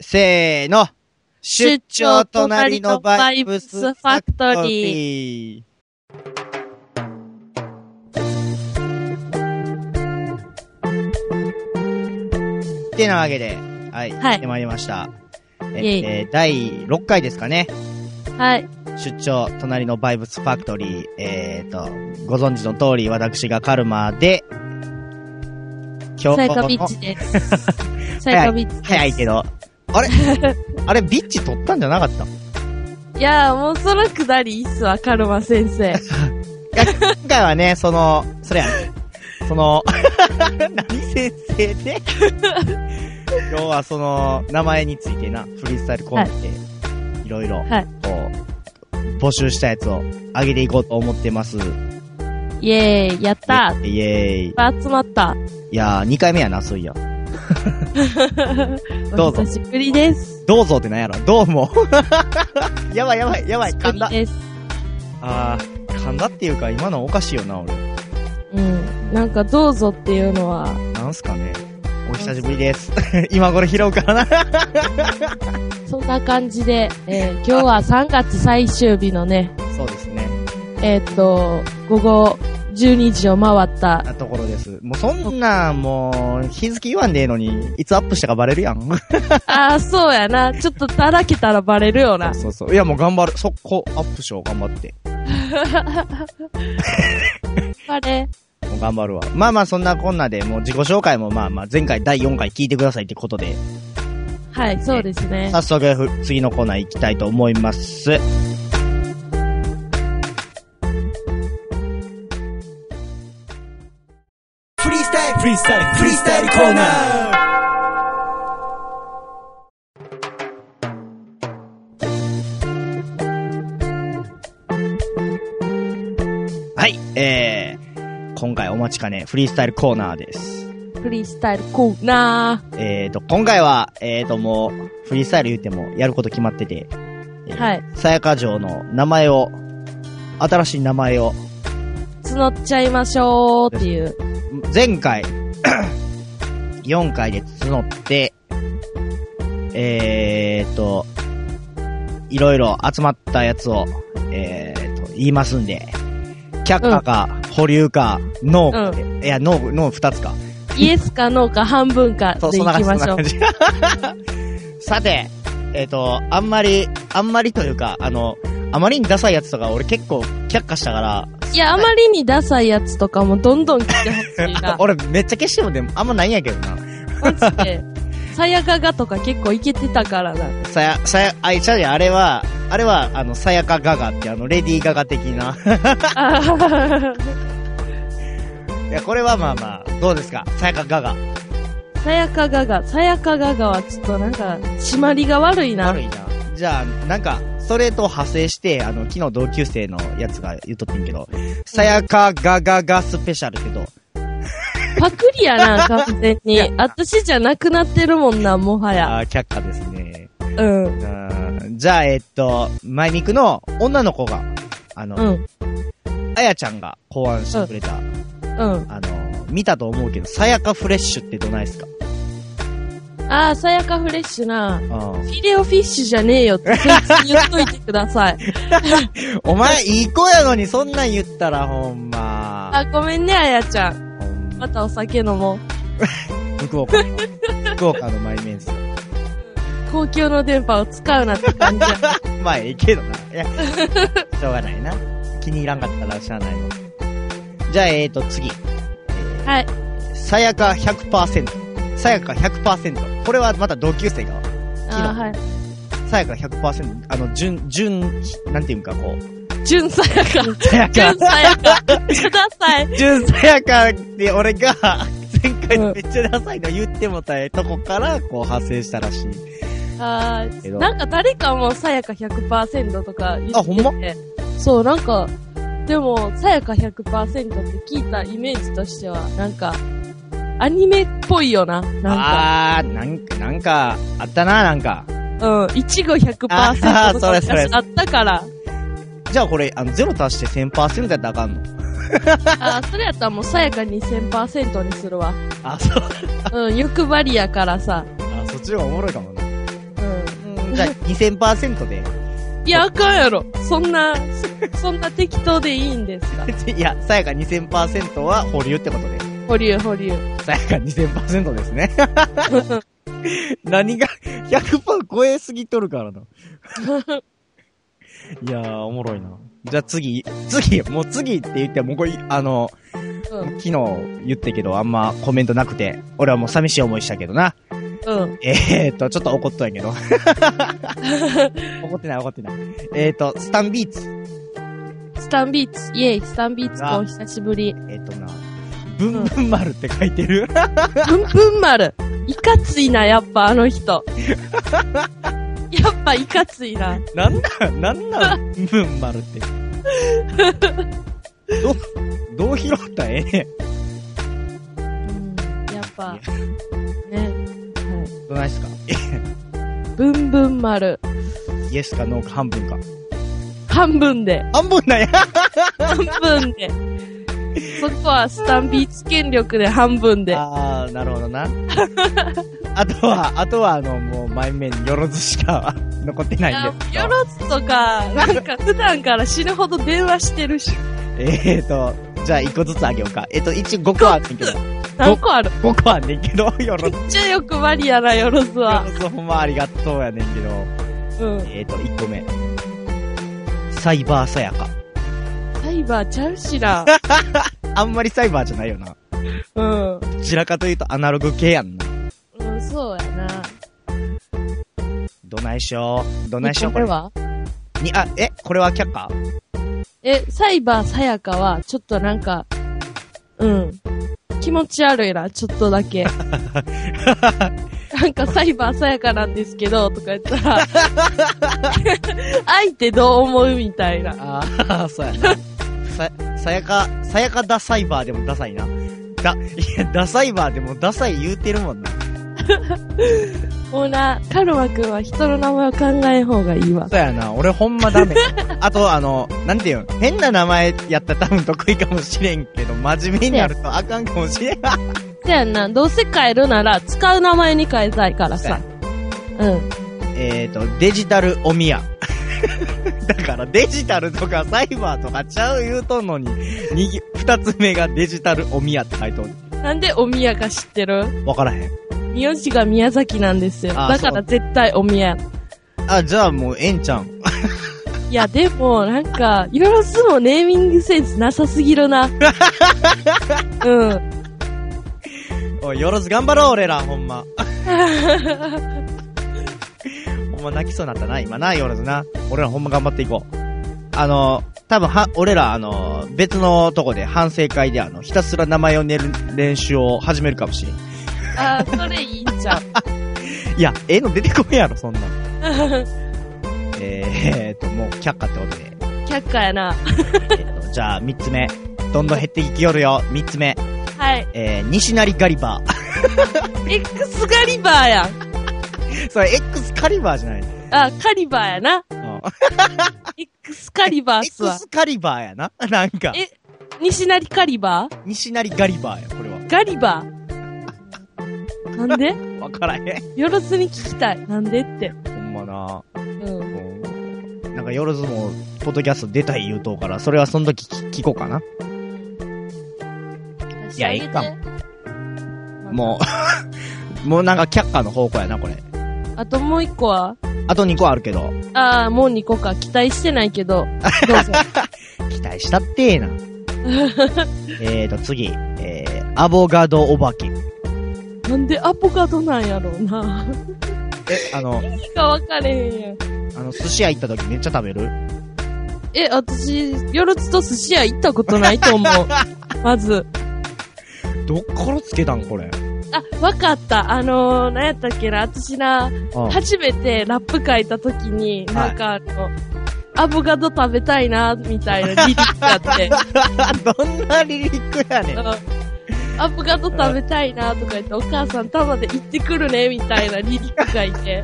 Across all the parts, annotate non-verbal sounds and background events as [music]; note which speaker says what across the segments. Speaker 1: せーの。
Speaker 2: 出張隣のバイブスファクトリ
Speaker 1: ー。ってなわけで、はい、
Speaker 2: はい
Speaker 1: やってまいりました。え
Speaker 2: イェイ
Speaker 1: えー第6回ですかね。
Speaker 2: はい。
Speaker 1: 出張隣のバイブスファクトリー。えーと、ご存知の通り、私がカルマで、今
Speaker 2: サ
Speaker 1: 日
Speaker 2: イカビッ
Speaker 1: の
Speaker 2: チ
Speaker 1: [laughs]
Speaker 2: です。サイカビッチです。
Speaker 1: 早いけど。
Speaker 2: [laughs]
Speaker 1: あれあれ、ビッチ取ったんじゃなかった
Speaker 2: いやー、もうそのくだりいいっすわ、カルマ
Speaker 1: [laughs]
Speaker 2: 先生。
Speaker 1: いや今回はね、その、それやね。その、 [laughs] 何先生で今日はその、名前についてな、フリースタイルコンビで、いろいろ、
Speaker 2: はい
Speaker 1: こう、募集したやつを上げていこうと思ってます。
Speaker 2: イエーイ、やったー。いっ
Speaker 1: イエーイ。
Speaker 2: ぱい集まった。
Speaker 1: いやー、2回目やな、そういや。ど
Speaker 2: お
Speaker 1: うぞ
Speaker 2: 久しぶりです。
Speaker 1: どうぞってなんやろどうも。 [laughs] やばいやばいやばい、噛ん
Speaker 2: ぶ
Speaker 1: だ
Speaker 2: り。です。
Speaker 1: あー、噛んだっていうか、今のおかしいよな、俺。
Speaker 2: うん。なんか、どうぞっていうのは、
Speaker 1: なんすかね。お久しぶりです。 [laughs] 今これ拾うからな。
Speaker 2: そんな感じで、
Speaker 1: [laughs]
Speaker 2: えー今日は3月最終日のね、
Speaker 1: そうですね。
Speaker 2: えーっと、午後12時を回
Speaker 1: [laughs]
Speaker 2: った、
Speaker 1: なところです。もうそんな、もう、日付言わんでええのに、いつアップしたかバレるやん。
Speaker 2: ああ、そうやな。ちょっとだらけたらバレる
Speaker 1: [laughs]
Speaker 2: よな。
Speaker 1: そうそう。いやもう頑張る。速攻アップしよう、頑張って。
Speaker 2: バレ。
Speaker 1: もう頑張るわ。まあまあそんなこんなで、もう自己紹介もまあまあ前回第4回聞いてくださいってことで、
Speaker 2: はい、そうですね。
Speaker 1: 早速ふ次のコーナー行きたいと思います。
Speaker 3: フリースタイルフリースタイルフリースタイルコーナー
Speaker 1: はい、えー、今回お待ちかね、フリースタイルコーナーです。
Speaker 2: フリースタイルコーナ
Speaker 1: えーと、今回は、えーともう、フリースタイル言ってもやること決まってて、え
Speaker 2: ー。
Speaker 1: ー
Speaker 2: はい。
Speaker 1: さやか城の名前を、新しい名前を、
Speaker 2: 募っちゃいましょうっていう。
Speaker 1: 前回、4回で募って、えーっと、いろいろ集まったやつを、えーっと、言いますんで、却下か、保留か、ノーか、いや、ノー、ノー二つか。
Speaker 2: イエスかノーか半分かでいきましょう。
Speaker 1: じ。そんな感じさて、えーっと、あんまり、あんまりというか、あの、あまりにダサいやつとか俺結構却下したから、
Speaker 2: いや、あまりにダサいやつとかもどんどん来てほし
Speaker 1: [laughs]
Speaker 2: いな。
Speaker 1: 俺めっちゃ消してもでもあんまないんやけどな。
Speaker 2: マジで。さやかがとか結構いけてたからな。 [laughs]
Speaker 1: さや、さや、あ、いちゃうやんあれは、あれは、あの、さやかガガって、あの、レディーガガ的な。 [laughs]
Speaker 2: あー
Speaker 1: いや、これはまあまあ、どうですかさやかガガ。
Speaker 2: さやかがが、さやかががはちょっとなんか、締まりが悪いな
Speaker 1: 悪。いな。じゃあ、なんか、それと派生して、あの、昨日同級生のやつが言っとってんけど、さやかガガガスペシャルってどう
Speaker 2: パクリやな、完全に。私じゃなくなってるもんな、もはや。
Speaker 1: あー却下ですね。
Speaker 2: うん。
Speaker 1: うーんじゃあ、えっと、マイミクの女の子が、あ
Speaker 2: う
Speaker 1: の、
Speaker 2: ん。
Speaker 1: あやちゃんが考案してくれた、
Speaker 2: うん。
Speaker 1: あの、見たと思うけど、さやかフレッシュってどないですか
Speaker 2: あー、さやかフレッシュな。
Speaker 1: うん
Speaker 2: フィレオフィッシュじゃねえよって、そいつに言っといてく
Speaker 1: [laughs]
Speaker 2: ださい。
Speaker 1: お前、いい子やのに、そんなん言ったら、ほんま。
Speaker 2: あ、ごめんね、あやちゃん。
Speaker 1: ほん
Speaker 2: ま
Speaker 1: ま。
Speaker 2: たお酒飲もう。
Speaker 1: 福岡
Speaker 2: [laughs]
Speaker 1: の、福岡のマイメンス。
Speaker 2: 公共の電波を使うなって感じや。
Speaker 1: まあ、ええけどな。い
Speaker 2: [laughs]
Speaker 1: や、しょうがないな。気に入らんかったらしゃあないわ。じゃあ、えーと、次。 [laughs]
Speaker 2: はい。
Speaker 1: さやか100%。さやか100%。これはまた同級生が、
Speaker 2: あーはい。
Speaker 1: さやか100%、あの、純、純、なんていうんか、こう。
Speaker 2: 純さやか。
Speaker 1: [laughs] さや
Speaker 2: 純。さやか。
Speaker 1: [laughs]
Speaker 2: ください。
Speaker 1: 純さやかで、俺が、前回めっちゃダサいの言ってもたえとこから、こう、派生したらしい。
Speaker 2: あ
Speaker 1: け
Speaker 2: ー
Speaker 1: ど
Speaker 2: なんか誰かもさやか100%とか言ってて。
Speaker 1: あほんま
Speaker 2: そう、なんか、でも、さやか100%って聞いたイメージとしては、なんか、アニメっぽいよな。なんか、
Speaker 1: あー、なんか、なんか、あったな、なんか。
Speaker 2: うん、いちご100%と
Speaker 1: あー
Speaker 2: か
Speaker 1: それそれ
Speaker 2: 昔あっ
Speaker 1: [laughs]
Speaker 2: たから。
Speaker 1: じゃあこれ、あの、ゼロ足して1000%やったらあかんの
Speaker 2: あーそれやったらもうさやか2000%にするわ。
Speaker 1: あ、そう。
Speaker 2: うん、欲張りやからさ。
Speaker 1: あ、そっちの方がおもろいかもな。の、じゃあ2000%で。 [laughs]
Speaker 2: いや、あかんやろ。そんな、そそんな適当でいいんですか。
Speaker 1: いや、さやか2000%は保留ってことで。
Speaker 2: 保留、保留。
Speaker 1: さやか2000%ですね。何が100%超えすぎとるからな。 [laughs] いやー、おもろいな。じゃあ次、次、もう次って言っても、これ、あの、
Speaker 2: うん、
Speaker 1: 昨日言ったけど、あんまコメントなくて、俺はもう寂しい思いしたけどな。
Speaker 2: うん。
Speaker 1: えーっと、ちょっと怒っとんやけど。怒ってない、怒ってない。えーっと、スタンビーツ。
Speaker 2: スタンビーツ、イェイ、スタンビーツ
Speaker 1: あ
Speaker 2: お久しぶり。
Speaker 1: えーっとな、ブンブン丸って書いてる。
Speaker 2: ブンブン丸。いかついな、やっぱあの人。やっぱいかついな。
Speaker 1: なんなん、なんなん、ブンブン丸 [laughs] って。ど、どう拾ったらええねん
Speaker 2: うん、やっぱ、ね。は
Speaker 1: どないっすか
Speaker 2: い。ブンブン丸。
Speaker 1: イエスかノーか半分か。
Speaker 2: 半分で。
Speaker 1: 半分なんや
Speaker 2: 半分で。そこはスタンビーツ権力で半分で。
Speaker 1: あー、なるほどな。 [laughs] あとは、あとは、あの、もう、前面によろずしか [laughs] 残ってないんですけど
Speaker 2: よろずとか、なんか普段から死ぬほど電話してるし。
Speaker 1: えーと、じゃあ、一個ずつあげようか。えっ、と、一応5個あんねんけど、
Speaker 2: 何個ある
Speaker 1: 5個あんねんけど、 [laughs] よろず。よ
Speaker 2: めっちゃよくマリアな、よろずは。
Speaker 1: ろずほんまありがとうやねんけど、
Speaker 2: うん。
Speaker 1: えーと、1個目。サイバーさやか。
Speaker 2: サイバーちゃうし
Speaker 1: [laughs]
Speaker 2: な。
Speaker 1: あんまりサイバーじゃないよな。
Speaker 2: うん。う
Speaker 1: どちらかというとアナログ系やんな。
Speaker 2: ん、そうやな。
Speaker 1: どないしよう。どないしよう、こ
Speaker 2: これ
Speaker 1: れ。
Speaker 2: は
Speaker 1: に、あ、え、これは却下
Speaker 2: え、サイバーさやかは、ちょっとなんか、うん。気持ち悪いな、ちょっと
Speaker 1: [laughs]
Speaker 2: だけ。なんかサイバーさやかなんですけど、とか言った
Speaker 1: [laughs]
Speaker 2: ら、相手どう思うみたいな。
Speaker 1: ああ、 [laughs] そうやな。さ、さやか、さやかダサイバーでもダサいな。だ、いや、ダサイバーでもダサい言うてるもんな。
Speaker 2: もうな、カルマくんは人の名前を考えん方がいいわ。
Speaker 1: そうやな、俺ほんまダメ。 [laughs] あと、あの、なんていうん、変な名前やったら多分得意かもしれんけど、真面目になるとあかんかもしれん。
Speaker 2: せやんな、どうせ変えるなら、使う名前に変えたいから
Speaker 1: そうや
Speaker 2: さ。うん。
Speaker 1: えーと、デジタルおみや。 [laughs] だから、デジタルとかサイバーとかちゃう言うとんのに、にぎ二つ目がデジタルおみやって書いとる。
Speaker 2: なんでお宮か知ってる
Speaker 1: わからへん。
Speaker 2: 名字が宮崎なんですよ。
Speaker 1: あ
Speaker 2: だから
Speaker 1: そう
Speaker 2: 絶対お宮。
Speaker 1: あ、じゃあもう、えんちゃん。
Speaker 2: いや、でも、なんか、 [laughs] よろずもネーミングセンスなさすぎ
Speaker 1: [laughs]
Speaker 2: るな。うん。
Speaker 1: おい、よろず頑張ろう、俺ら、ほん [laughs] ま。ほんま泣きそうになったな、今な、よろずな。俺らほんま頑張っていこう。あの、多分は、俺ら、あの、別のとこで反省会で、あの、ひたすら名前を練る練習を始めるかもしれん。
Speaker 2: あーそれいいんじゃん。
Speaker 1: いや、ええの出てこんやろ、そんなん。えー、と、もう却下ってことで。
Speaker 2: [laughs] 却下やな。
Speaker 1: えー、と、じゃあ、三つ目。どんどん減っていきよるよ。三つ目。
Speaker 2: はい。
Speaker 1: えー、西成ガリバ
Speaker 2: X ガリバーやん。
Speaker 1: ー。 [laughs] それ、X カリバーじゃないの。
Speaker 2: あ、カリバーやな。
Speaker 1: うん。
Speaker 2: X カリバーっすわ。
Speaker 1: X カリバーやな。 [laughs] なんか、
Speaker 2: え、西成カリバー
Speaker 1: 西成ガリバーや、これは。
Speaker 2: ガリバー。なんで
Speaker 1: わからへん。
Speaker 2: よろずに聞きたい。なんでって。
Speaker 1: ほんまな
Speaker 2: うん。
Speaker 1: うんなんか、夜相撲、ポッドキャスト出たい言うとうから、それはその時聞聞こうかな。いやいいか
Speaker 2: も
Speaker 1: もう、 [laughs] もうなんか却下の方向やな、これ。
Speaker 2: あともう一個は
Speaker 1: あと2個あるけど、
Speaker 2: ああ、もう二個か。期待してないけど。ど
Speaker 1: [laughs]
Speaker 2: うぞ。
Speaker 1: 期待したってえ [laughs] な。えーと、次。えー、アボガドお化け。
Speaker 2: なんでアボカドなんやろうな。
Speaker 1: え、あの、
Speaker 2: いいか分かれへんやん。
Speaker 1: あの、寿司屋行った時めっちゃ食べる
Speaker 2: え、私、よろずと寿司屋行ったことないと思う。まず。
Speaker 1: [laughs] どっからつけたんこれ。
Speaker 2: あ、わかった。あのー、なんやったっけな。私な、
Speaker 1: うん。
Speaker 2: 初めてラップ書いた時に、なんかあの、アボカド食べたいな、みたいなリリックがあ
Speaker 1: [laughs]
Speaker 2: って。
Speaker 1: [laughs] どんなリリックやねん。
Speaker 2: アボカド食べたいなとか言って、お母さん束で行ってくるね、みたいなリリックがいて。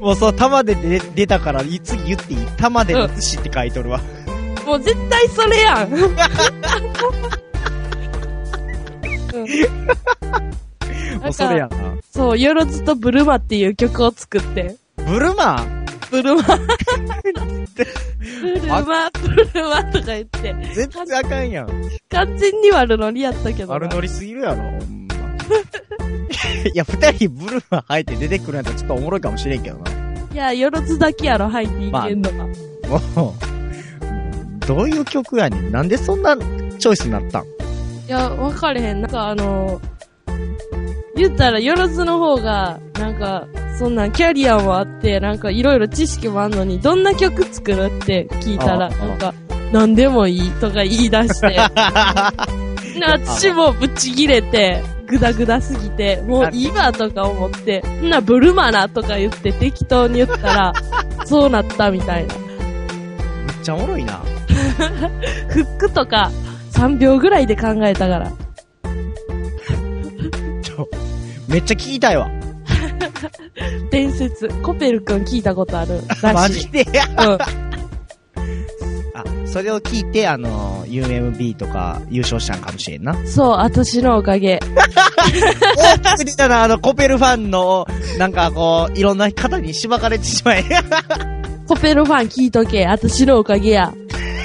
Speaker 1: もうそう、玉で出出たから、い次言っていい玉での寿司って書いとるわ。
Speaker 2: もう絶対それやん。 [laughs] うん
Speaker 1: もうそれや
Speaker 2: なんか
Speaker 1: な。 [laughs]
Speaker 2: そう、よろずとブルマっていう曲を作って。
Speaker 1: えブルマ
Speaker 2: ブ [laughs] ルマ。ブルマ、ブルマとか言って。
Speaker 1: 絶対あかんやん。
Speaker 2: 完全に悪ノリやったけどな。
Speaker 1: 丸乗りすぎるやろ、ほんま。 [laughs] いや、二人ブルマ入って出てくるやつはちょっとおもろいかもしれんけどな。
Speaker 2: いや、よろずだけやろ、入っていけんのが。
Speaker 1: もう、どういう曲やねん。なんでそんなチョイスになったん
Speaker 2: いや、わかれへん。なんかあの、言ったら、よろずの方が、なんか、そんなんキャリアもあって、なんかいろいろ知識もあんのに、どんな曲作るって聞いたら、
Speaker 1: ああ
Speaker 2: なんか、なんでもいいとか言い出
Speaker 1: [laughs]
Speaker 2: して、な、私もぶち切れて、ぐだぐだすぎて、もういいわとか思って、んな、ブルマなとか言って適当に言ったら、そうなったみたいな。
Speaker 1: めっちゃおもろいな。
Speaker 2: フックとか、3秒ぐらいで考えたから。
Speaker 1: ちょ、めっちゃ聞きたいわ。
Speaker 2: 伝説。コペル君聞いたこ
Speaker 1: [laughs]
Speaker 2: とあるらしい。
Speaker 1: マジで。
Speaker 2: うん。
Speaker 1: あ、それを聞いて、あの、UMB とか優勝したんかもしれんな。
Speaker 2: そう、私のおかげ。
Speaker 1: 大きく出たな、あの、コペルファンの、なんかこう、いろんな方にしばかれてしまえ。
Speaker 2: コペルファン聞いとけ、私のおかげや。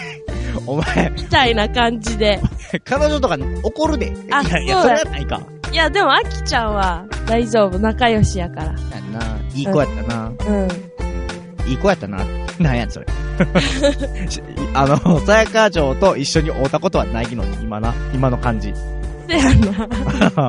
Speaker 1: [laughs] お前、
Speaker 2: みたいな感じで。
Speaker 1: 彼女とか怒るで。
Speaker 2: あ
Speaker 1: いやいや、そ
Speaker 2: そ
Speaker 1: うれ
Speaker 2: だ
Speaker 1: はないか。
Speaker 2: いや、でも、あきちゃんは大丈夫、仲良しやから。
Speaker 1: やんな。いい子やったな。
Speaker 2: うん。
Speaker 1: いい子やったな。なんやねん、 [laughs] それ。しあの、さやか嬢と一緒に会うたことはないのに、今な。今の感じ。
Speaker 2: せやな。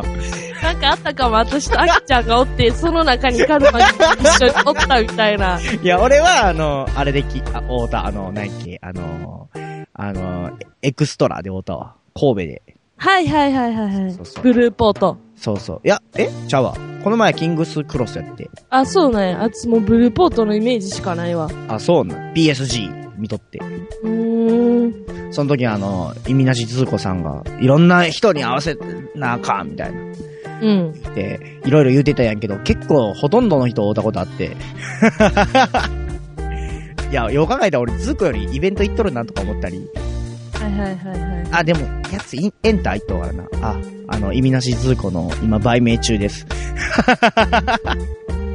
Speaker 2: [laughs] なんかあったかも、私とあきちゃんがおって、その中にカルマが一緒におったみたいな。
Speaker 1: いや、俺は、あの、あれでき、あ、会うた、あの、何やっけ、あの、あの、エクストラで会うたわ。神戸で。
Speaker 2: はいはいはいはいはい
Speaker 1: そうそう。
Speaker 2: グルーポート。
Speaker 1: そうそう。いや、えちゃうわ。この前、キングスクロスやって。
Speaker 2: あ、そうなんや。あっちもうブルーポートのイメージしかないわ。
Speaker 1: あ、そうなん。PSG 見とって。
Speaker 2: うーん。
Speaker 1: その時あの、意味なしず子さんが、いろんな人に合わせなあかん、みたいな。
Speaker 2: うん。
Speaker 1: で、いろいろ言うてたやんけど、結構ほとんどの人会うたことあって。 [laughs] いや、よう考えたら俺、ず子よりイベント行っとるなとか思ったり。
Speaker 2: はいはいはいはい。
Speaker 1: あ、でも、やつイン、エンター行っとるからな。あ、あの、意味なしず子の今、売名中です。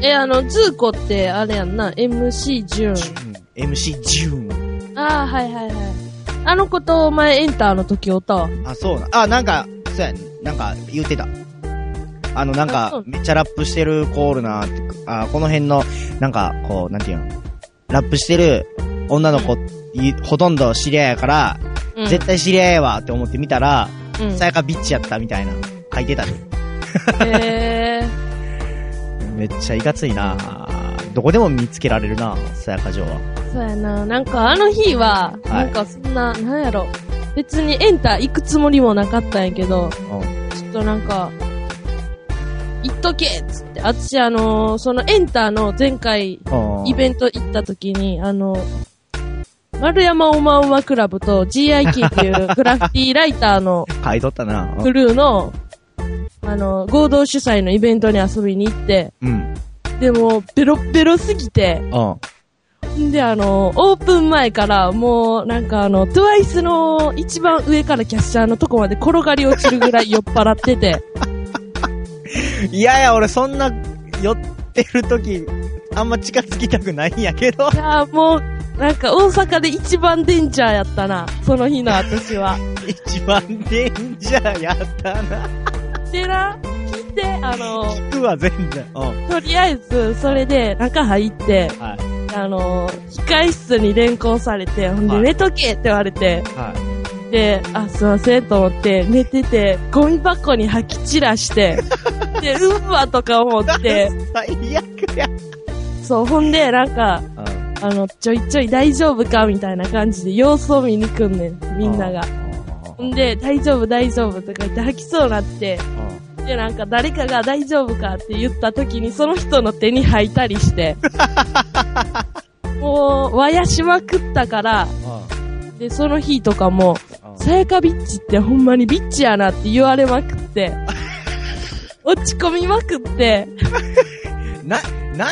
Speaker 2: え、あの、ズーコって、あれやんな、MC ジュン。
Speaker 1: MC ジューン。
Speaker 2: ああ、はいはいはい。あの子と前エンターの時おったわ。
Speaker 1: あ、そうな。あ、なんか、そうやね。なんか、言ってた。あの、なん
Speaker 2: あそ
Speaker 1: か
Speaker 2: う、
Speaker 1: めっちゃラップしてるコールなって、あ、この辺の、なんか、こう、なんていうの、ラップしてる女の子、いほとんど知り合いやから、
Speaker 2: うん
Speaker 1: 絶対知り合いやわって思ってみたら、
Speaker 2: うん
Speaker 1: さやかビッチやったみたいな、書いてたで。
Speaker 2: へえ
Speaker 1: めっちゃいかついなどこでも見つけられるなさやか嬢は。
Speaker 2: ー。そうやな。なんかあの日は、
Speaker 1: い
Speaker 2: なんかそんな、なんやろ。別にエンター行くつもりもなかったんやけど、
Speaker 1: うん。
Speaker 2: ちょっとなんか、行っとけっつって。私あのーそのエンターの前回、イベ
Speaker 1: ン
Speaker 2: ント行った時に、あの丸山おまおまクラブと GIK っていうグラフィティライターの
Speaker 1: ト。書いとったな
Speaker 2: クルーの、あの、合同主催のイベントに遊びに行って、
Speaker 1: うん。うん。
Speaker 2: でも、ベロッベロすぎて、
Speaker 1: うん。
Speaker 2: んで、あの、オープン前から、もう、なんかあの、トゥワイスの一番上からキャッシャーのとこまで転がり落ちるぐらい酔っ払ってて、 [laughs]
Speaker 1: いやいや、俺そんな、酔ってる時、あんま近づきたくないんやけど [laughs]
Speaker 2: い。やーもう、なんか大阪で一番デンジャーやったな、その日の私は。
Speaker 1: 一番デンジャーやったな。
Speaker 2: でな、聞いて、あの、
Speaker 1: 聞くわ、全然。うん。はい。
Speaker 2: とりあえず、それで中入って、あの、控室に連行されて、ほんで
Speaker 1: はい
Speaker 2: 寝とけって言われて、
Speaker 1: は
Speaker 2: で、あ、すいませんと思って、寝てて、ゴミ箱に吐き散らして、で、うんわとか思って、
Speaker 1: 最悪や。
Speaker 2: そう、ほんで、なんか、あの、ちょいちょい大丈夫かみたいな感じで様子を見に来んねん、みんなが。ほんで、大丈夫、大丈夫とか言って吐きそうになって、で、なんか誰かが大丈夫かって言った時に、その人の手に吐いたりして、もう、わやしまくったから、で、その日とかも、さやかビッチってほんまにビッチやなって言われまくって、落ち込みまくって、
Speaker 1: な、な、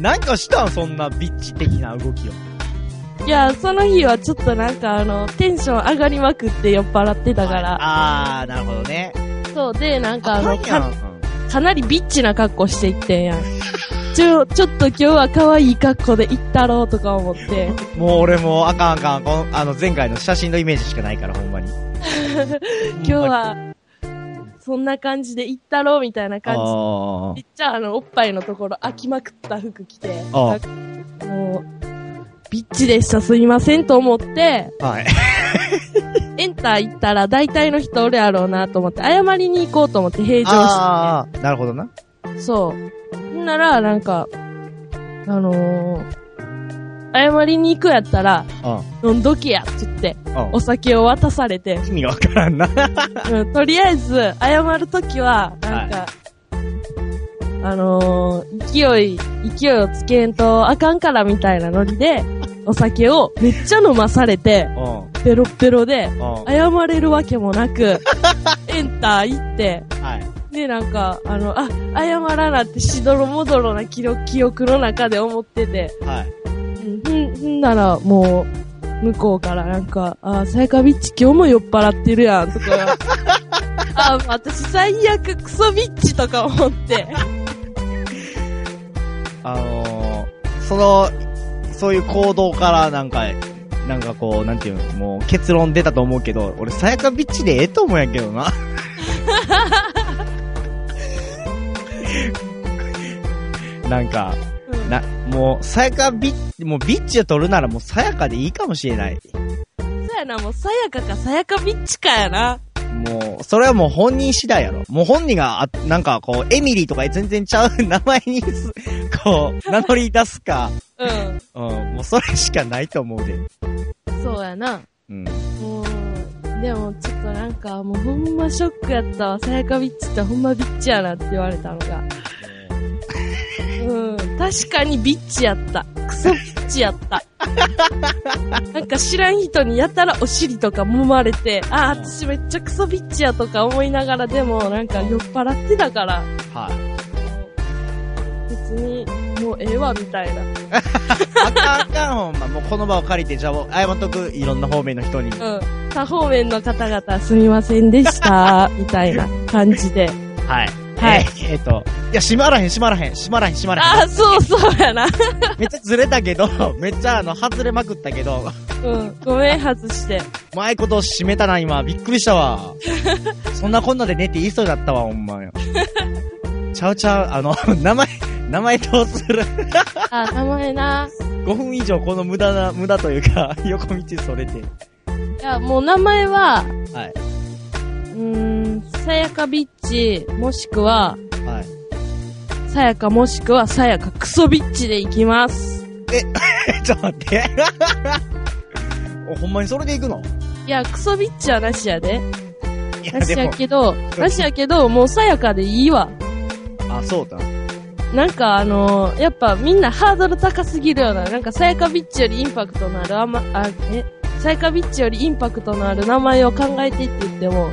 Speaker 1: なんかしたんそんなビッチ的な動きを。
Speaker 2: いや、その日はちょっとなんかあの、テンション上がりまくって酔っ払ってたから、
Speaker 1: あー、なるほどね。
Speaker 2: そうで、なんかあ
Speaker 1: あかん
Speaker 2: の、
Speaker 1: や
Speaker 2: か
Speaker 1: ん。
Speaker 2: かなりビッチな格好していってんやん。ちょ、ちょっと今日は可愛い格好で行ったろうとか思って。
Speaker 1: もう俺もうあかんあかん。この、あの、前回の写真のイメージしかないから、ほんまに。
Speaker 2: [laughs] 今日は、そんな感じで行ったろうみたいな
Speaker 1: ほんまに、
Speaker 2: 感じ。びっちゃんあの、おっぱいのところ、飽きまくった服着て、
Speaker 1: あ
Speaker 2: もう、ビッチでした、すいませんと思って、
Speaker 1: あーはい。
Speaker 2: エンター行ったら大体の人おるやろうなと思って、謝りに行こうと思って平常心
Speaker 1: ああ、なるほどな。
Speaker 2: で。そう。ほんなら、なんか、あのー、謝りに行くやったら、
Speaker 1: う
Speaker 2: 飲んどきやって言って、
Speaker 1: ん。う
Speaker 2: お酒を渡されて、
Speaker 1: ん。意味がわからんな。
Speaker 2: うん、とりあえず、謝るときは、なんか、あのー、勢い、勢いをつけんとあかんからみたいなノリで、お酒をめっちゃ飲まされて、
Speaker 1: うん。うん。
Speaker 2: ペロッペロで、
Speaker 1: は
Speaker 2: 謝れるわけもなく、エンター行って、
Speaker 1: い。
Speaker 2: で、なんか、あの、あ、謝らなってしどろもどろな記録記憶の中で思ってて、
Speaker 1: はい。
Speaker 2: うん、ふん、ふんなら、もう、向こうからなんか、あー、さやかビッチ今日も酔っ払ってるやん、とか。 [laughs] あー、私最悪クソビッチとか思って。
Speaker 1: あのー、その、そういう行動からなんか、なんかこう、なんていうの、もう結論出たと思うけど、俺、さやかビッチでええと思うんやけどな。なんか、
Speaker 2: うん
Speaker 1: な、もう、さやかビッチ、もうビッチで撮るならもうさやかでいいかもしれない。
Speaker 2: そうやな、もうさやかかさやかビッチかやな。
Speaker 1: もう、それはもう本人次第やろ。もう本人が、あなんかこう、エミリーとか全然ちゃう名前にす、 [laughs] こう、名乗り出すか。
Speaker 2: うん。
Speaker 1: うん、もうそれしかないと思うで。
Speaker 2: そうやな。
Speaker 1: うん。
Speaker 2: もう、でもちょっとなんか、もうほんまショックやったわ。さやかビッチってほんまビッチやなって言われたのが。うん。確かにビッチやった。クソビッチやった。なんか知らん人にやたらお尻とか揉まれて、ああ、私めっちゃクソビッチやとか思いながらでも、なんか酔っ払ってたから、
Speaker 1: はい。
Speaker 2: 別にもうええわみたいな。
Speaker 1: あかんあかん、ほんま。もうこの場を借りて、じゃあ、謝っとく、いろんな方面の人に。
Speaker 2: うん。他方面の方々すみませんでした、みたいな感じで。
Speaker 1: はい。
Speaker 2: はい
Speaker 1: えー。えっと、いや、閉まらへん、閉まらへん、閉まらへん、閉まらへん。
Speaker 2: ああ、そうそうやな。
Speaker 1: めっちゃずれたけど、めっちゃあの、外れまくったけど、
Speaker 2: うん。ごめん、外して。
Speaker 1: うまいこと閉めたな、今。びっくりしたわ。そんなこんなで寝ていい人だったわ、ほんまよ。ちゃうちゃう、あの、 [laughs] 名前、名前どうする
Speaker 2: あー、名前な。
Speaker 1: ?5 分以上この無駄な、無駄というか、 [laughs] 横道それて。
Speaker 2: いや、もう名前
Speaker 1: は
Speaker 2: は、
Speaker 1: い。
Speaker 2: うーん、さやかビッチ、もしくは、
Speaker 1: はい。 [laughs]
Speaker 2: さやかもしくはさやかクソビッチでいきます。
Speaker 1: え、ちょっと待って。 [laughs] お、ほんまにそれで行くの
Speaker 2: いや、クソビッチはなしやで。
Speaker 1: いや、
Speaker 2: なし
Speaker 1: で
Speaker 2: や
Speaker 1: も、
Speaker 2: けど、なしやけど、もうさやかでいいわ。
Speaker 1: あ、そうだ。
Speaker 2: なんかあのーやっぱみんなハードル高すぎるよな。なんかさやかビッチよりインパクトのあるあま、あ、え、さやかビッチよりインパクトのある名前を考えてって言っても、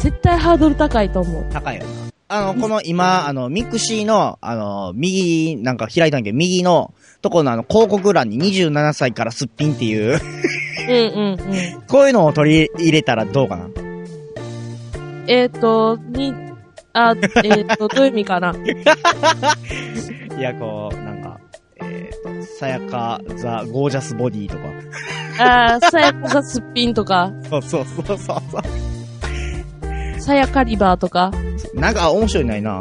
Speaker 2: 絶対ハードル高いと思う。
Speaker 1: 高いよな。あの、この今、あの、ミクシーの、あの、右、なんか開いたんやけど、右の、とこのあの、広告欄に27歳からすっぴんっていう、 [laughs]
Speaker 2: うんうんうん。
Speaker 1: こういうのを取り入れたらどうかな。
Speaker 2: えっ、ー、と、に、あ、えっ、ー、と、どういう意味かな。
Speaker 1: いや、こう、なんか、えっ、と、さやか、ザ・ゴージャス・ボディとか。
Speaker 2: あーさやかがすっぴんとか、
Speaker 1: そうそうそうそうそ
Speaker 2: さやかリバーとか。
Speaker 1: う。なんか、面白いないな。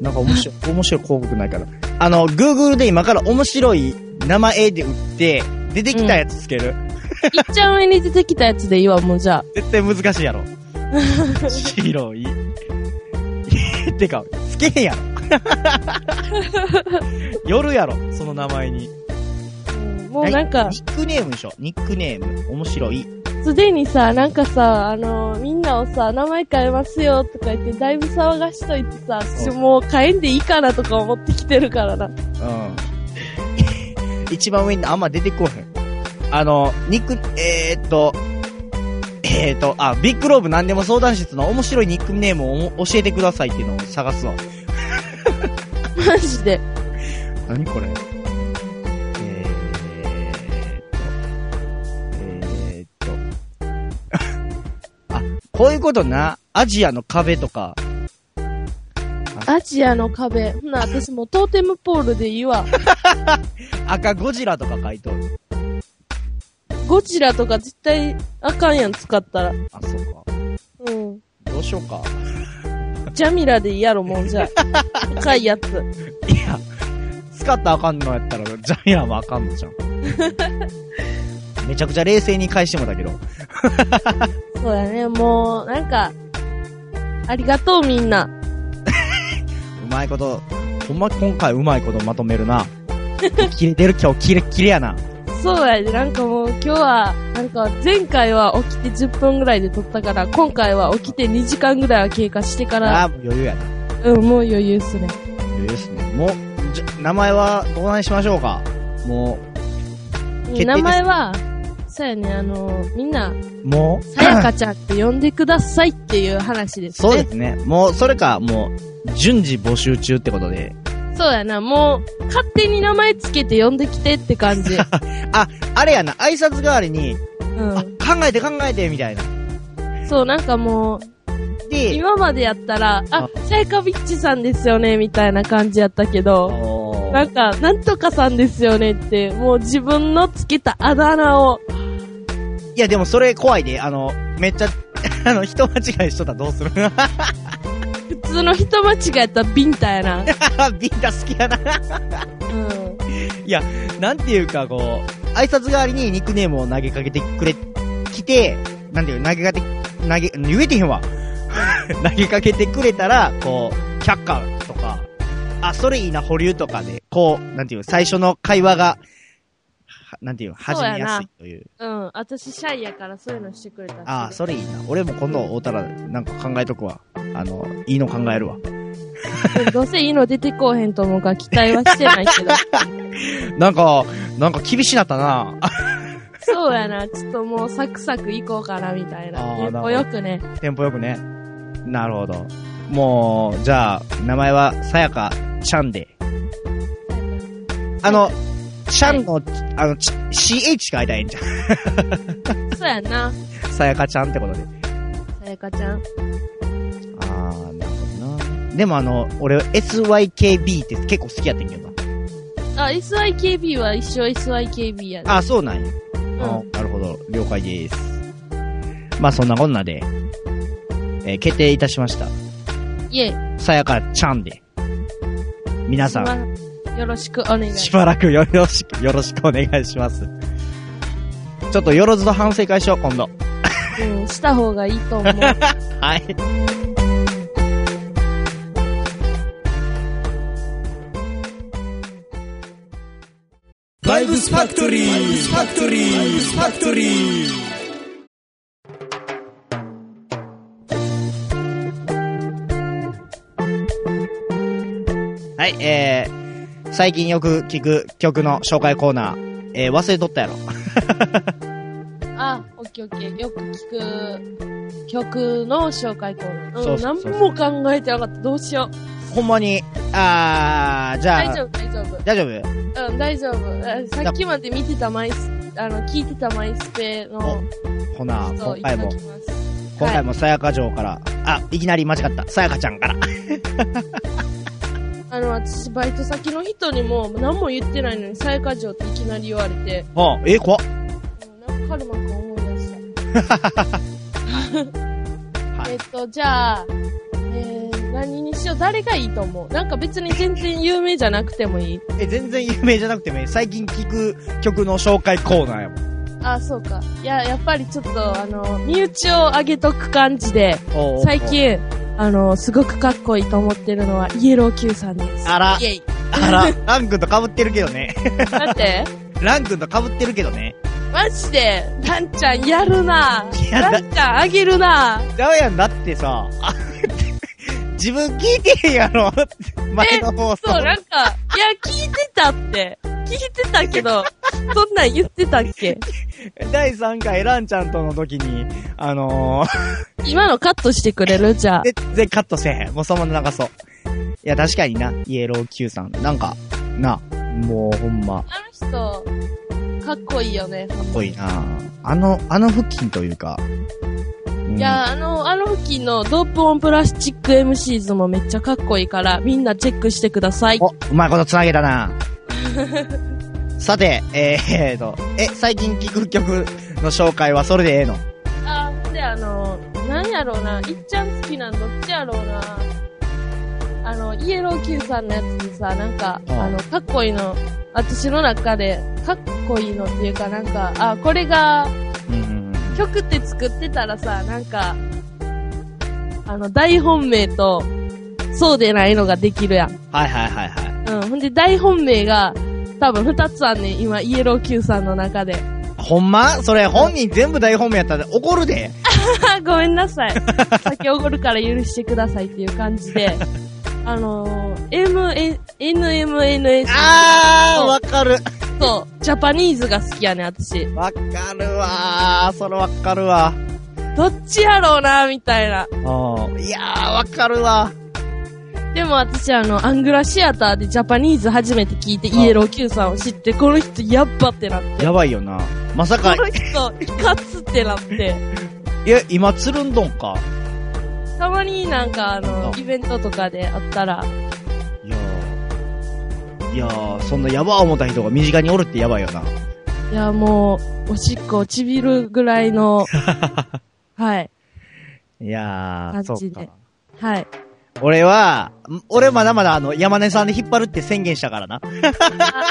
Speaker 1: なんか面白い、面白い広告ないから。あの、Google で今から面白い生絵で打って、出てきたやつつける。
Speaker 2: いっちゃん上に出てきたやつでいいわ、もうじゃ
Speaker 1: 絶対難しいやろ。白い。 [laughs] てか、つけへんやろ。 [laughs] 夜やろ、その名前に。
Speaker 2: あ。もうなんか
Speaker 1: ニ、ックネームでしょ。ニックネーム。面白い。
Speaker 2: すでにさ、なんかさ、あのーみんなをさ、名前変えますよとか言って、だいぶ騒がしといてさ、私もう変えんでいいかなとか思ってきてるからな。
Speaker 1: うん。一番上にあんま出てこへん。あの、ニック、えー、っと、えー、っと、あ、ビッグローブ何でも相談室の面白いニックネームをお教えてくださいっていうのを探すの。
Speaker 2: マジで。
Speaker 1: 何これえーっと、えー、っと、あ、こういうことな、アジアの壁とか、あ
Speaker 2: アジアの壁。ほな、私もうトーテムポールでいいわ。
Speaker 1: 赤ゴジラとか書いとる。
Speaker 2: ゴジラとか絶対あかんやん、使ったら。
Speaker 1: あ、そうか。
Speaker 2: うん。
Speaker 1: どうしようか。
Speaker 2: ジャミラでいいやろ、もうじゃあ。 [laughs] 赤いやつ。
Speaker 1: いや、使ったらあかんのやったら、ジャイアンはあかんの
Speaker 2: [laughs]
Speaker 1: じゃん。めちゃくちゃ冷静に返してもだけど。
Speaker 2: そうだね、もう、なんか、ありがとうみんな。
Speaker 1: うまいこと、ほんま今回うまいことまとめるな。切れてる今日、キレッキレやな。
Speaker 2: そうやね、なんかもう今日は、なんか前回は起きて10分ぐらいで撮ったから、今回は起きて2時間ぐらいは経過してか
Speaker 1: あ
Speaker 2: ら、
Speaker 1: あ、もう余裕やな。
Speaker 2: うん、もう余裕っすね。
Speaker 1: 余裕ですね。もう、じゃ、名前はどうなんしましょうかも定です
Speaker 2: 名前は、そうやね、あの、みんな、
Speaker 1: う、もう、
Speaker 2: さやかちゃんって呼んでくださいっていう話ですね。
Speaker 1: [laughs] そうですね。もう、それか、もう、順次募集中ってことで。
Speaker 2: そうやな、もう、勝手に名前つけて呼んできてって
Speaker 1: [laughs]
Speaker 2: 感じ。
Speaker 1: あ、あれやな、挨拶代わりに、あ、
Speaker 2: う
Speaker 1: 考えて考えて、みたいな。
Speaker 2: ん。そう、なんかもう、
Speaker 1: で、
Speaker 2: 今までやったら、あ、さやかビッチさんですよね、みたいな感じやったけど、
Speaker 1: お
Speaker 2: な
Speaker 1: ー
Speaker 2: んか、なんとかさんですよねって、もう自分のつけたあだ名を、
Speaker 1: いや、でもそれ怖いで、あの、めっちゃ、 [laughs] あの、人間違いしとったらどうする [laughs]
Speaker 2: 普通の人間違えたらビンタや
Speaker 1: [laughs]
Speaker 2: な。
Speaker 1: ビンタ好きやな。
Speaker 2: うん。
Speaker 1: なんていうか、こう、挨拶代わりにニックネームを投げかけてくれ、きて、なんていう投げかけ、投げ、言えてへんわ。 [laughs] 投げかけてくれたら、こう、却下とか、あ、それいいな、保留とかで、こう、なんていう、最初の会話が、はなんていう、始めやすいという。
Speaker 2: うん。私、シャイやからそういうのしてくれた。
Speaker 1: ああ、それいいな。俺も今度会うたら、なんか考えとくわ。あの、いいの考えるわ。
Speaker 2: うんどうせいいの出てこうへんと思うから期待はしてな
Speaker 1: [laughs]
Speaker 2: いけど。
Speaker 1: なんか、なんか厳しなったな。あ
Speaker 2: そうやな。ちょっともうサクサクいこうかな、みたい
Speaker 1: あ
Speaker 2: な。
Speaker 1: ー
Speaker 2: テンポよくね。
Speaker 1: テンポよくね。なるほど。もう、じゃあ、名前は、さやか、ちゃんで。あの、ちゃんの、あの、ち CH がいたらええんじゃ
Speaker 2: そうやな。
Speaker 1: ん。 [laughs] さやかちゃんってことで。
Speaker 2: さやかちゃん。
Speaker 1: あー、なるほどな。でもあの、俺、SYKB って結構好きやってんけどな。
Speaker 2: あ、SYKB は一生 SYKB やで。
Speaker 1: あー、そうなんや。
Speaker 2: うん、
Speaker 1: あなるほど。了解です。まあ、そんなこんなで、えー決定いたしました。
Speaker 2: いえ、
Speaker 1: さやかちゃんで。皆さん、
Speaker 2: ん。よろしくお願い
Speaker 1: しばらくよろしく、よろしくお願いします。ちょっとよろずと反省会しよう、今度。
Speaker 2: うん、した方がいい
Speaker 1: [laughs]
Speaker 2: と思う。
Speaker 1: はい。
Speaker 3: バイブスファクトリーバイブスファクトリーバイブスファクトリー
Speaker 1: はい、えー、最近よく聞く曲の紹介コーナー、えー、忘れとったやろ。
Speaker 2: あ、オッケーオッケー。よく聞く曲の紹介コーナー。、
Speaker 1: そううんそ
Speaker 2: な
Speaker 1: うそうん
Speaker 2: も考えてなかった。どうしよう。
Speaker 1: ほんまに、あー、じゃあ、
Speaker 2: 大丈夫、大丈
Speaker 1: 大丈夫
Speaker 2: 夫。うん、大丈夫。あさっきまで見てたマイス、あの、聞いてたマイスペの
Speaker 1: ほな、
Speaker 2: 人を
Speaker 1: 今
Speaker 2: いた
Speaker 1: 回
Speaker 2: だ
Speaker 1: も
Speaker 2: き、ます。
Speaker 1: 今回もさやか城から、あ、いきなり間違った。さやかちゃんから。
Speaker 2: あの、私、バイト先の人にも何も言ってないのに、さやか嬢っていきなり言われて、
Speaker 1: あ、えー、怖っ
Speaker 2: うんなんかカルマ君思い出した。
Speaker 1: はい
Speaker 2: [laughs] えっと、じゃあ、えー、何にしよう。誰がいいと思うなんか別に全然有名じゃなくてもいい。
Speaker 1: え、全然有名じゃなくてもいい。最近聞く曲の紹介コーナーやも
Speaker 2: あ、そうか。いや、やっぱりちょっと、あの、身内を上げとく感じで、
Speaker 1: ん。おー
Speaker 2: 最。近、あの、すごくかっこいいと思ってるのは、イエロー Q さんです。
Speaker 1: あら
Speaker 2: イェイ。
Speaker 1: あら、ラン君と被ってるけどね。
Speaker 2: 待って、
Speaker 1: ラン君と被ってるけどね。
Speaker 2: マジで、ランちゃんやるない
Speaker 1: やだ
Speaker 2: ランちゃんあげるな
Speaker 1: ちゃうやんだってさ、 [laughs] あ自分聞いてへんや
Speaker 2: [laughs]
Speaker 1: ろ前の放送。
Speaker 2: そう、なんか、いや、聞いてたって。聞いてたけど、そんなん言ってたっけ
Speaker 1: 第3回ランちゃんとの時に、あのー、
Speaker 2: 今のカットしてくれるじゃあ。
Speaker 1: 全然カットせえへん。もうそのまま流そう。いや、確かにな、イエロー Q さん。なんか、な、もうほんま、か
Speaker 2: あの人、かっこいいよね。かっ
Speaker 1: っこいいなあの、あの付近というか、うん
Speaker 2: いや、あの、あの付近のドープオンプラスチック MCs もめっちゃかっこいいから、みんなチェックしてください。
Speaker 1: お、うまいこと繋げた
Speaker 2: [laughs]
Speaker 1: な。さて、えー、えーと、え、最近聴く曲の紹介はそれでええの
Speaker 2: あ、ほんであの、なんやろうな、いっちゃん好きなんどっちやろうな。あの、イエロー Q さんのやつでさ、なんか、
Speaker 1: うん
Speaker 2: あの、かっこいいの、私の中で、かっこいいのっていうかなんか、あ、これが、
Speaker 1: うん。
Speaker 2: 曲って作ってたらさ、なんか、あの、大本命と、そうでないのができるやん。
Speaker 1: はいはいはいはい。
Speaker 2: うん。ほんで、大本命が、多分二つあんねん、今、イエロー Q さんの中で。
Speaker 1: ほんまそれ本人全部大本命やったら怒るで。
Speaker 2: あ [laughs] ごめんなさ [laughs] い。酒おごるから許してくださいっていう感じで。あのー、M、NMNS
Speaker 1: あー、わかる。
Speaker 2: と、ジャパニーズが好きやねん、私。
Speaker 1: わかるわー。それわかるわ。
Speaker 2: どっちやろうな、みたいな。
Speaker 1: うん。いやー、わかるわ。
Speaker 2: でも私、あの、アングラシアターでジャパニーズ初めて聞いて、イエロー Q さんを知って、この人やっばってなって。
Speaker 1: やばいよな。まさか
Speaker 2: こ、の人、いかつってなって。
Speaker 1: え、今つるんどんか。
Speaker 2: たまになんか、あの
Speaker 1: あ、
Speaker 2: イベントとかであったら、
Speaker 1: いやー。いやー、そんなやばー思った人が身近におるってやばいよな。
Speaker 2: いや、もう、おしっこちびるぐらい
Speaker 1: [laughs]
Speaker 2: の、はい、
Speaker 1: いやー、
Speaker 2: 感
Speaker 1: そう
Speaker 2: じで
Speaker 1: か。
Speaker 2: はい。
Speaker 1: 俺は、ん俺まだまだあの、山根さんで引っ張るって宣言したからな。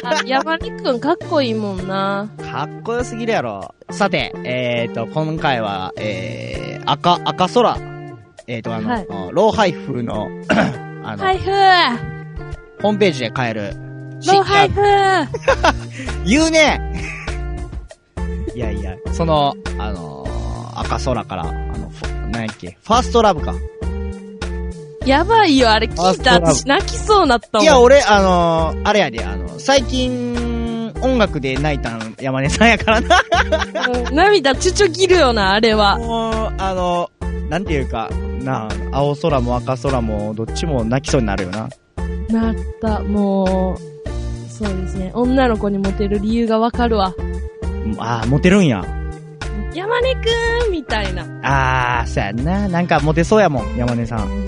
Speaker 2: あ山根くんかっこいいもんな。
Speaker 1: かっこよすぎるやろ。さて、えーと、今回は、えー、赤、赤空。えーと、あの、
Speaker 2: はい
Speaker 1: 老廃風の、 [coughs] あの、
Speaker 2: 配布
Speaker 1: ホームページで買える。
Speaker 2: ロー配
Speaker 1: 新
Speaker 2: 布
Speaker 1: 言うね
Speaker 2: [laughs]
Speaker 1: いやいや、その、あのー、赤空から、あの、フォ何やっけ、ファーストラブか。
Speaker 2: やばいよ、あれ
Speaker 1: あ
Speaker 2: 聞い
Speaker 1: そうな
Speaker 2: た。
Speaker 1: の
Speaker 2: 私泣きそうなったもん。
Speaker 1: いや、俺、あのー、あれやで、あの、最近、音楽で泣いたん山根さんやから
Speaker 2: [laughs]
Speaker 1: な。
Speaker 2: うん涙ちょちょぎるよな、あれは。
Speaker 1: もう、あの、なんていうか、なあ、青空も赤空も、どっちも泣きそうになるよな。
Speaker 2: なった、もう。そうですね。女の子にモテる理由がわかるわ。
Speaker 1: ああ、モテるんや。
Speaker 2: 山根くんみたいな。
Speaker 1: ああ、そうやんな。なんかモテそうやもん、山根さん。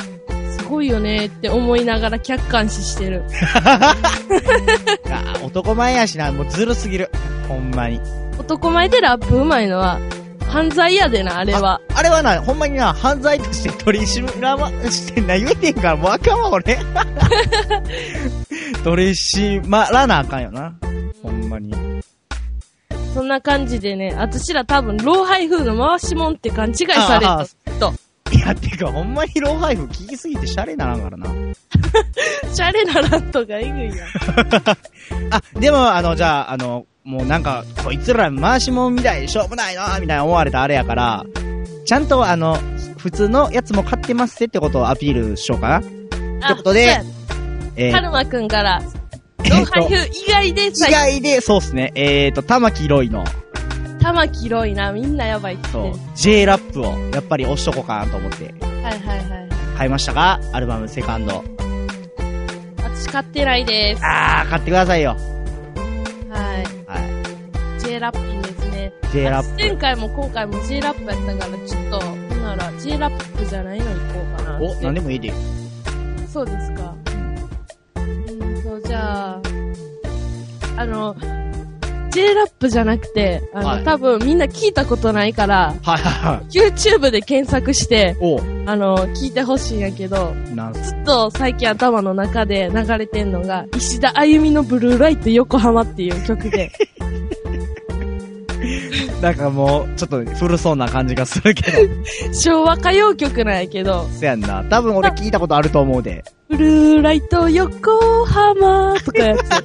Speaker 2: すごいよねって思いながら客観視してる。
Speaker 1: あー男前やしな、もうずるすぎる。ほんまに。
Speaker 2: 男前でラップ上手いのは、犯罪やでな、あれは。
Speaker 1: あれはな、ほんまにな、犯罪として取り締ま、してな、言えてんから、もうあかんわ、俺。 [laughs] 取り締まらなあかんよな。ほんまに。
Speaker 2: そんな感じでね、私ら多分、老廃風の回しもんって勘違いされ
Speaker 1: ああ
Speaker 2: た。と。
Speaker 1: いや、てか、ほんまに老廃婦聞きすぎてシャレならんからな。
Speaker 2: シャレなラットがえぐいやん。
Speaker 1: [laughs] あ、でも、あの、じゃあ、あの、もうなんか、こいつら回しもんみたい、しょうもないな、みたいな思われたあれやから、ちゃんと、あの、普通のやつも買ってますぜってことをアピールしようかな。ってことで
Speaker 2: あ、
Speaker 1: え
Speaker 2: そうやカ
Speaker 1: ー、
Speaker 2: ルマくんから、
Speaker 1: [laughs] え
Speaker 2: 老
Speaker 1: ーと
Speaker 2: 廃風以外で
Speaker 1: 以
Speaker 2: 最近、
Speaker 1: 外で、そうっすね、えーと、玉木ロイの、
Speaker 2: 玉木ロイな、みんなやばいって言
Speaker 1: そ
Speaker 2: っ
Speaker 1: う
Speaker 2: てる。、
Speaker 1: J ラップを、やっぱり押しとこうかなと思って、
Speaker 2: はいはいはい。
Speaker 1: 買いましたが、アルバムセカンド。
Speaker 2: 私買ってないです。
Speaker 1: あー、買ってくださいよ。
Speaker 2: はい。
Speaker 1: はい。
Speaker 2: J ラップいいですね。
Speaker 1: J ラ
Speaker 2: あ
Speaker 1: ッ
Speaker 2: 前
Speaker 1: プ。
Speaker 2: 回も今回も J ラップやったから、ちょっと、ほんなら J ラップじゃないの行こうかなって。
Speaker 1: お、なんでもいいで。
Speaker 2: そうですか。うんと、じゃあ、あの、J ラップじゃなくて、あの、
Speaker 1: はい
Speaker 2: 多分みんな聞いたことないから、
Speaker 1: はいはいはい。
Speaker 2: YouTube で検索して、
Speaker 1: お、
Speaker 2: あの、聞いてほしいんやけど、
Speaker 1: なんす。
Speaker 2: ずっと最近頭の中で流れてんのが、石田あゆみのブルーライト横浜っていう曲
Speaker 1: [laughs]
Speaker 2: で、
Speaker 1: なんかもう、ちょっと古そうな感じがするけど。
Speaker 2: 昭和歌謡曲なんやけど、
Speaker 1: そやんな。多分俺聞いたことあると思う [laughs] で。
Speaker 2: ブルーライト横浜とかやつ。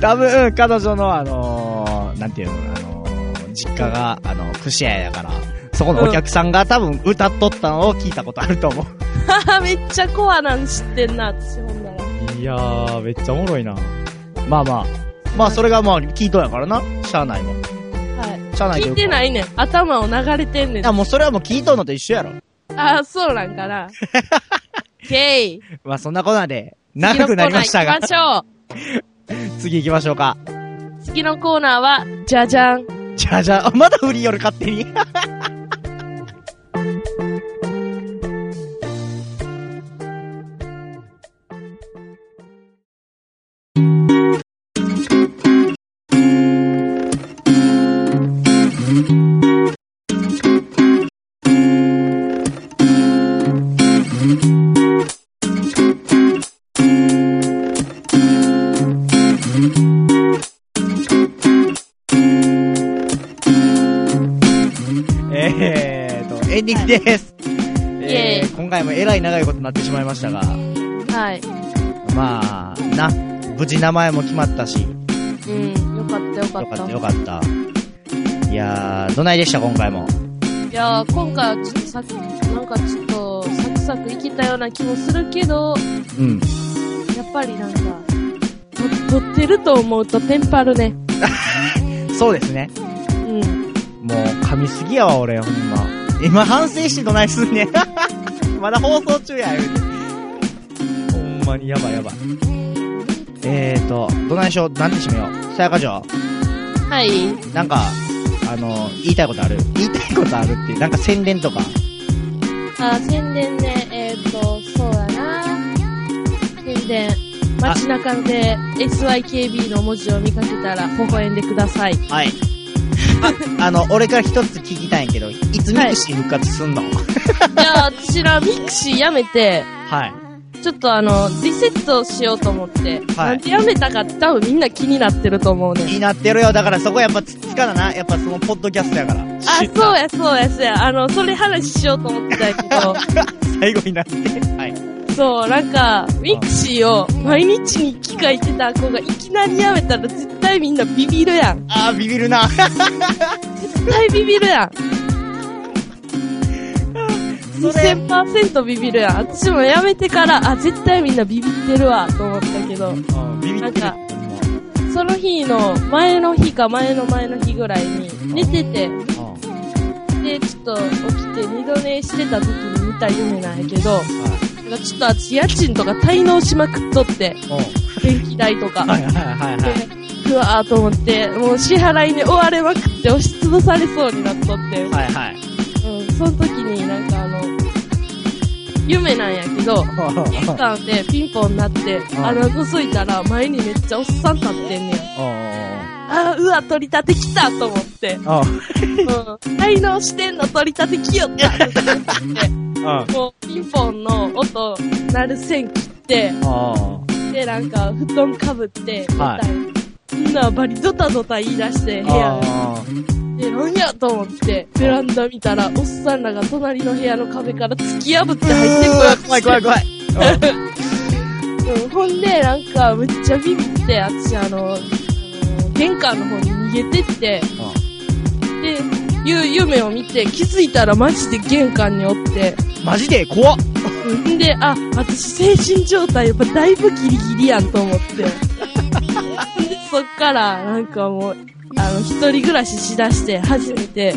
Speaker 1: 多分、彼女のあのー、なんていうの、あのー、実家が、あの、串屋やから、そこのお客さんが多分歌っとったのを聞いたことあると思
Speaker 2: はは [laughs] めっちゃコアなん知ってんな、私ほんなら。
Speaker 1: う。いやー、めっちゃおもろいな。まあまあ。まあそれがまあ、聞いとんやからな。しゃあないわ。
Speaker 2: はい。
Speaker 1: しゃあないと
Speaker 2: 聞
Speaker 1: いう
Speaker 2: い
Speaker 1: か
Speaker 2: てないねん。頭を流れてんねん。
Speaker 1: あ、もうそれはもう聞いとんのと一緒やろ。
Speaker 2: ああ、そうなん
Speaker 1: [laughs]
Speaker 2: かな。ゲイ。
Speaker 1: まあそんなこんなで、長くなりましたが、
Speaker 2: 次のコーナー行き
Speaker 1: 次行きましょうか。
Speaker 2: ましょう。次のコーナーは、じゃじゃん。
Speaker 1: じゃあじゃあ、まだ振りよる勝手に。です。
Speaker 2: イエ
Speaker 1: えー、今回もえらい長いことになってしまいましたが、
Speaker 2: はい。
Speaker 1: まあ、な、無事名前も決まったし、よ
Speaker 2: うん。よかったよか
Speaker 1: か
Speaker 2: っ。
Speaker 1: ったたよかった。いやー、どないでした今回も。
Speaker 2: いやー、今回はちょっとさ、なんかちょっと、サクサクいけたような気もするけど、
Speaker 1: うん。
Speaker 2: やっぱりなんか、と撮ってると思うとテンパるね。
Speaker 1: そうですね。
Speaker 2: うん。
Speaker 1: もう、噛みすぎやわ、俺、ほんま。今、反省してどないすんねん。 [laughs] まだ放送中や、言うて。ほんまに、やばいやばい。えーと、どないしよう、なんて締めよう。さやか嬢、
Speaker 2: はい。
Speaker 1: なんか、あの、言いたいことある言いたいことあるっていう、なんか宣伝とか。
Speaker 2: あー、宣伝ね、えっ、ー、と、そうだな。宣伝。街中で SYKB の文字を見かけたら、微笑んでください。
Speaker 1: はい。あ、あの、俺から一つ聞きたいんやけど、いつミクシー復活すんの、はい、
Speaker 2: いやー、私らミクシーやめて、ちょっとあの、リセットしようと思って、なんでやめたかって多分みんな気になってると思うねん。
Speaker 1: 気になってるよ。だからそこやっぱつつかなな。やっぱそのポッドキャストやから。
Speaker 2: あ、そうや、そうや、そうや。あの、それ話しようと思ってたんやけど、
Speaker 1: 最後になって。はい。
Speaker 2: そう、なんか、ミクシーを毎日に機械行ってた子がいきなりやめたら絶対みんなビビるやん。
Speaker 1: あー、ビビるな。
Speaker 2: 絶対ビビるやん。
Speaker 1: それ
Speaker 2: 2000%ビビるやん。私もやめてから、あ、絶対みんなビビってるわ、と思ったけど、
Speaker 1: うんビビってる。
Speaker 2: なんその日の前の日か前の前の日ぐらいに寝てて、
Speaker 1: うんうん
Speaker 2: で、ちょっと起きて二度寝してた時に見た夢なんやけど、なんかちょっと私家賃とか滞納しまくっとって、
Speaker 1: は
Speaker 2: 電気代とか。
Speaker 1: いはいはいはいはい。
Speaker 2: うわーと思って、もう支払いに追われまくって押しつぶされそうになっとって、うん、
Speaker 1: はいはい。
Speaker 2: その時になんかあの、夢なんやけど、玄関でピンポン鳴って、
Speaker 1: ん
Speaker 2: あの、覗いたら前にめっちゃおっさん立ってんねん。あー、うわ、取り立て来たと思って、うん、滞納してんの取り立て来よったと [laughs] 思っ
Speaker 1: うん。うん。
Speaker 2: て、もうピンポンの音、鳴る線切って、で、なんか、布団かぶって、
Speaker 1: は
Speaker 2: みたいな。みんなバリドタドタ言い出して、部屋で。で、なんやと思って、ベランダ見たら、おっさんらが隣の部屋の壁から突き破って入ってこようとして
Speaker 1: 怖い怖い怖い。
Speaker 2: うんほんで、なんか、むっちゃビビって、私、あの、あの玄関の方に逃げてって、で、ゆ夢を見て、気づいたらマジで玄関におって、
Speaker 1: マジで怖っ。
Speaker 2: うんで、あ、私精神状態やっぱだいぶギリギリやんと思って。で、そっから、なんかもう、あの、一人暮らししだして、初めて、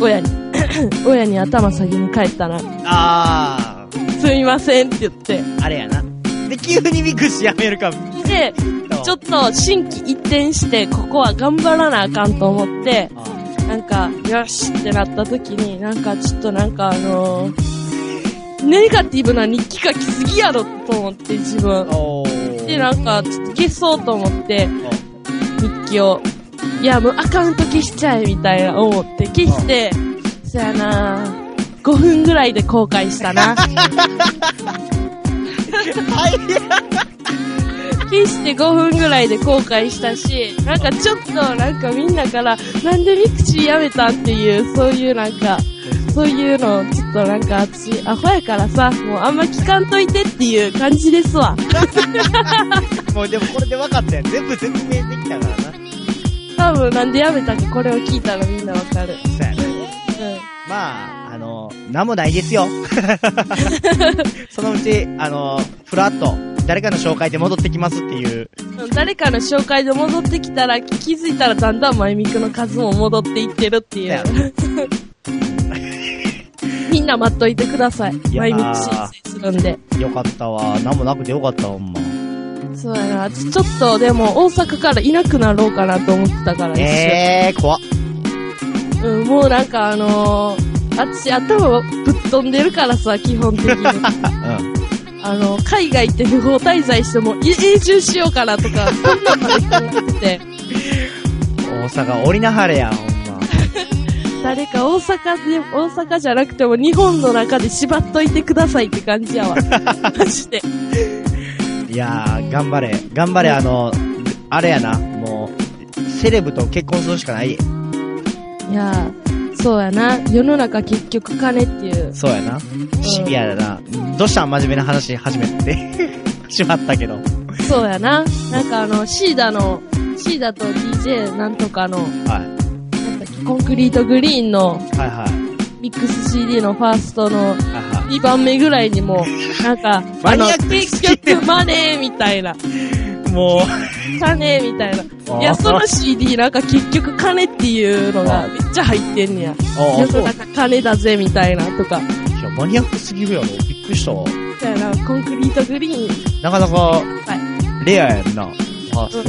Speaker 2: 親に、 [coughs] 親に頭下げに帰ったな。
Speaker 1: あ
Speaker 2: すみませんって言って。
Speaker 1: ー、あれやな。で、急にミクシーやめるか。ち
Speaker 2: で、ちょっと心機一転して、ここは頑張らなあかんと思って、なんか、よしってなった時に、なんかちょっとなんかあのーネガティブな日記書きすぎやろと思って自分。
Speaker 1: お
Speaker 2: で、なんか、ちょっと消そうと思って、
Speaker 1: う
Speaker 2: 日記を。いや、もうアカウント消しちゃえ、みたいな思って、消して、そやな5分ぐらいで後悔したな。消して5分ぐらいで後悔したし、なんかちょっと、なんかみんなから、なんでミクシーやめたんっていう、そういうなんか、そういうの、ちょっとなんか私、アホやからさ、もうあんま聞かんといてっていう感じですわ。
Speaker 1: もうでもこれで分かったやん。全部説明できたからな。そ
Speaker 2: 多分なんでやめたかこれを聞いたらみんなわかる。
Speaker 1: うやな。
Speaker 2: うん。
Speaker 1: まあ、あの、なんもない
Speaker 2: [laughs]
Speaker 1: ですよ。そのうち、あの、ふらっと、誰かの紹介で戻ってきますっていう。
Speaker 2: 誰かの紹介で戻ってきたら、気づいたらだんだん前ミクの数も戻っていってるってい
Speaker 1: だ
Speaker 2: う
Speaker 1: よ。
Speaker 2: [laughs] みんな待っといてください。
Speaker 1: いや
Speaker 2: 前ミク申請するんで。
Speaker 1: よかったわ。なんもなくてよかったわ、ほんま。
Speaker 2: そうやな。ちょっとでも大阪からいなくなろうかなと思ってたから、一
Speaker 1: えー、怖っ。
Speaker 2: 瞬うん、もうなんかあのー、私頭ぶっ飛んでるからさ、基本的 [laughs] に。
Speaker 1: うん。
Speaker 2: あの、海外行って不法滞在してもい永住しようかなとか、そんなんまで考えてて。
Speaker 1: 大阪、降りなはれや、ほんま。
Speaker 2: 誰か大阪で、大阪じゃなくても日本の中で縛っといてくださいって感じ
Speaker 1: [laughs]
Speaker 2: やわ。マジで。
Speaker 1: いやー、頑張れ。頑張れ、あの、あれやな、もう、セレブと結婚するしかない。
Speaker 2: いやー、そうやな。世の中結局金っていう。
Speaker 1: そうやな。シビアだな。どうしたん真面目な話始めて [laughs] しまったけど。
Speaker 2: そうやな。なんかあの、シーダの、シーダと DJ なんとかの、
Speaker 1: は
Speaker 2: なんだっけ、コンクリートグリーンの
Speaker 1: い。はいはい。
Speaker 2: ミックス CD のファーストの
Speaker 1: はいは
Speaker 2: 2番目ぐらいにも、なんか、
Speaker 1: マ
Speaker 2: あの
Speaker 1: ニアッ、ク
Speaker 2: 結局マネーみたいな、
Speaker 1: い。も
Speaker 2: 金みたいな。い
Speaker 1: あー
Speaker 2: や、その CD なんか結局金っていうのがめっちゃ入ってんねや。
Speaker 1: う、あ
Speaker 2: 世
Speaker 1: あ、そう
Speaker 2: の。中金だぜみたいなとか。
Speaker 1: いや、マニアックすぎるやろ。びっくりしたわ。
Speaker 2: みたいな、コンクリートグリーン。
Speaker 1: なかなか
Speaker 2: は
Speaker 1: レアやんな。ファーストの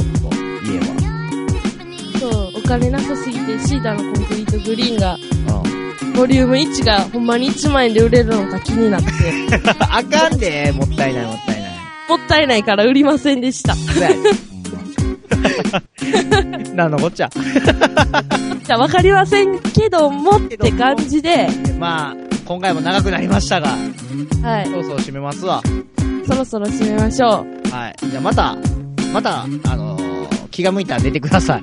Speaker 1: 家は。
Speaker 2: い。そう、お金なさすぎてシーダのコンクリートグリーンが、
Speaker 1: [laughs] うん。
Speaker 2: ボリューム1がほんまに1万円で売れるのか気になって、
Speaker 1: あかんで、もったいないもったいない。
Speaker 2: [laughs] もったいないから売りませんでした。
Speaker 1: [laughs] なんのこっちゃ。
Speaker 2: じゃあわかりませんけどもって感じで、
Speaker 1: まあ、今回も長くなりましたが、
Speaker 2: はい
Speaker 1: そ、ろそろ締めますわ。
Speaker 2: そろそろ締めましょ
Speaker 1: はい。じゃあまた、また、あのー、気が向いたら出てください。
Speaker 2: う。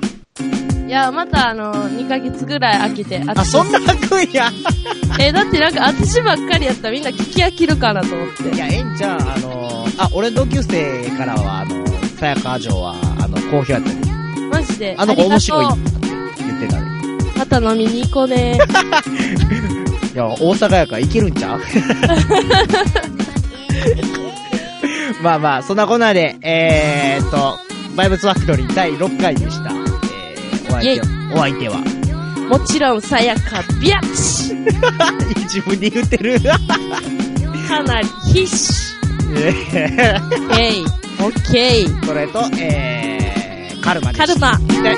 Speaker 2: いや、またあの、2ヶ月ぐらい空けて、
Speaker 1: あ、そんな空くんや。
Speaker 2: え、だってなんか私ばっかりやったらみんな聞き飽きるかなと思っ
Speaker 1: い
Speaker 2: て。
Speaker 1: や、ええんちゃん、あのー、あ、俺同級生からは、あのー、さやか城は、あの、好評やったり、
Speaker 2: マジで。
Speaker 1: あの子
Speaker 2: りがとう
Speaker 1: 面白いって言ってたね。
Speaker 2: また飲みに行こうね。
Speaker 1: いや、大阪やからいけるんちゃうまあまあ、そんなこんなで、えー、っと、バイブスファクトリー第6回でした。えー、お相
Speaker 2: イェ
Speaker 1: 手は、お相手
Speaker 2: イ
Speaker 1: は、 [laughs]
Speaker 2: もちろん、さやか、ビャッチ
Speaker 1: 自分で言ってる。 [laughs]
Speaker 2: かなり必死。
Speaker 1: えー
Speaker 2: オッケー、オッケー、
Speaker 1: それと、えー、カルマで
Speaker 2: カル
Speaker 1: した。
Speaker 2: マ。
Speaker 1: カルマ。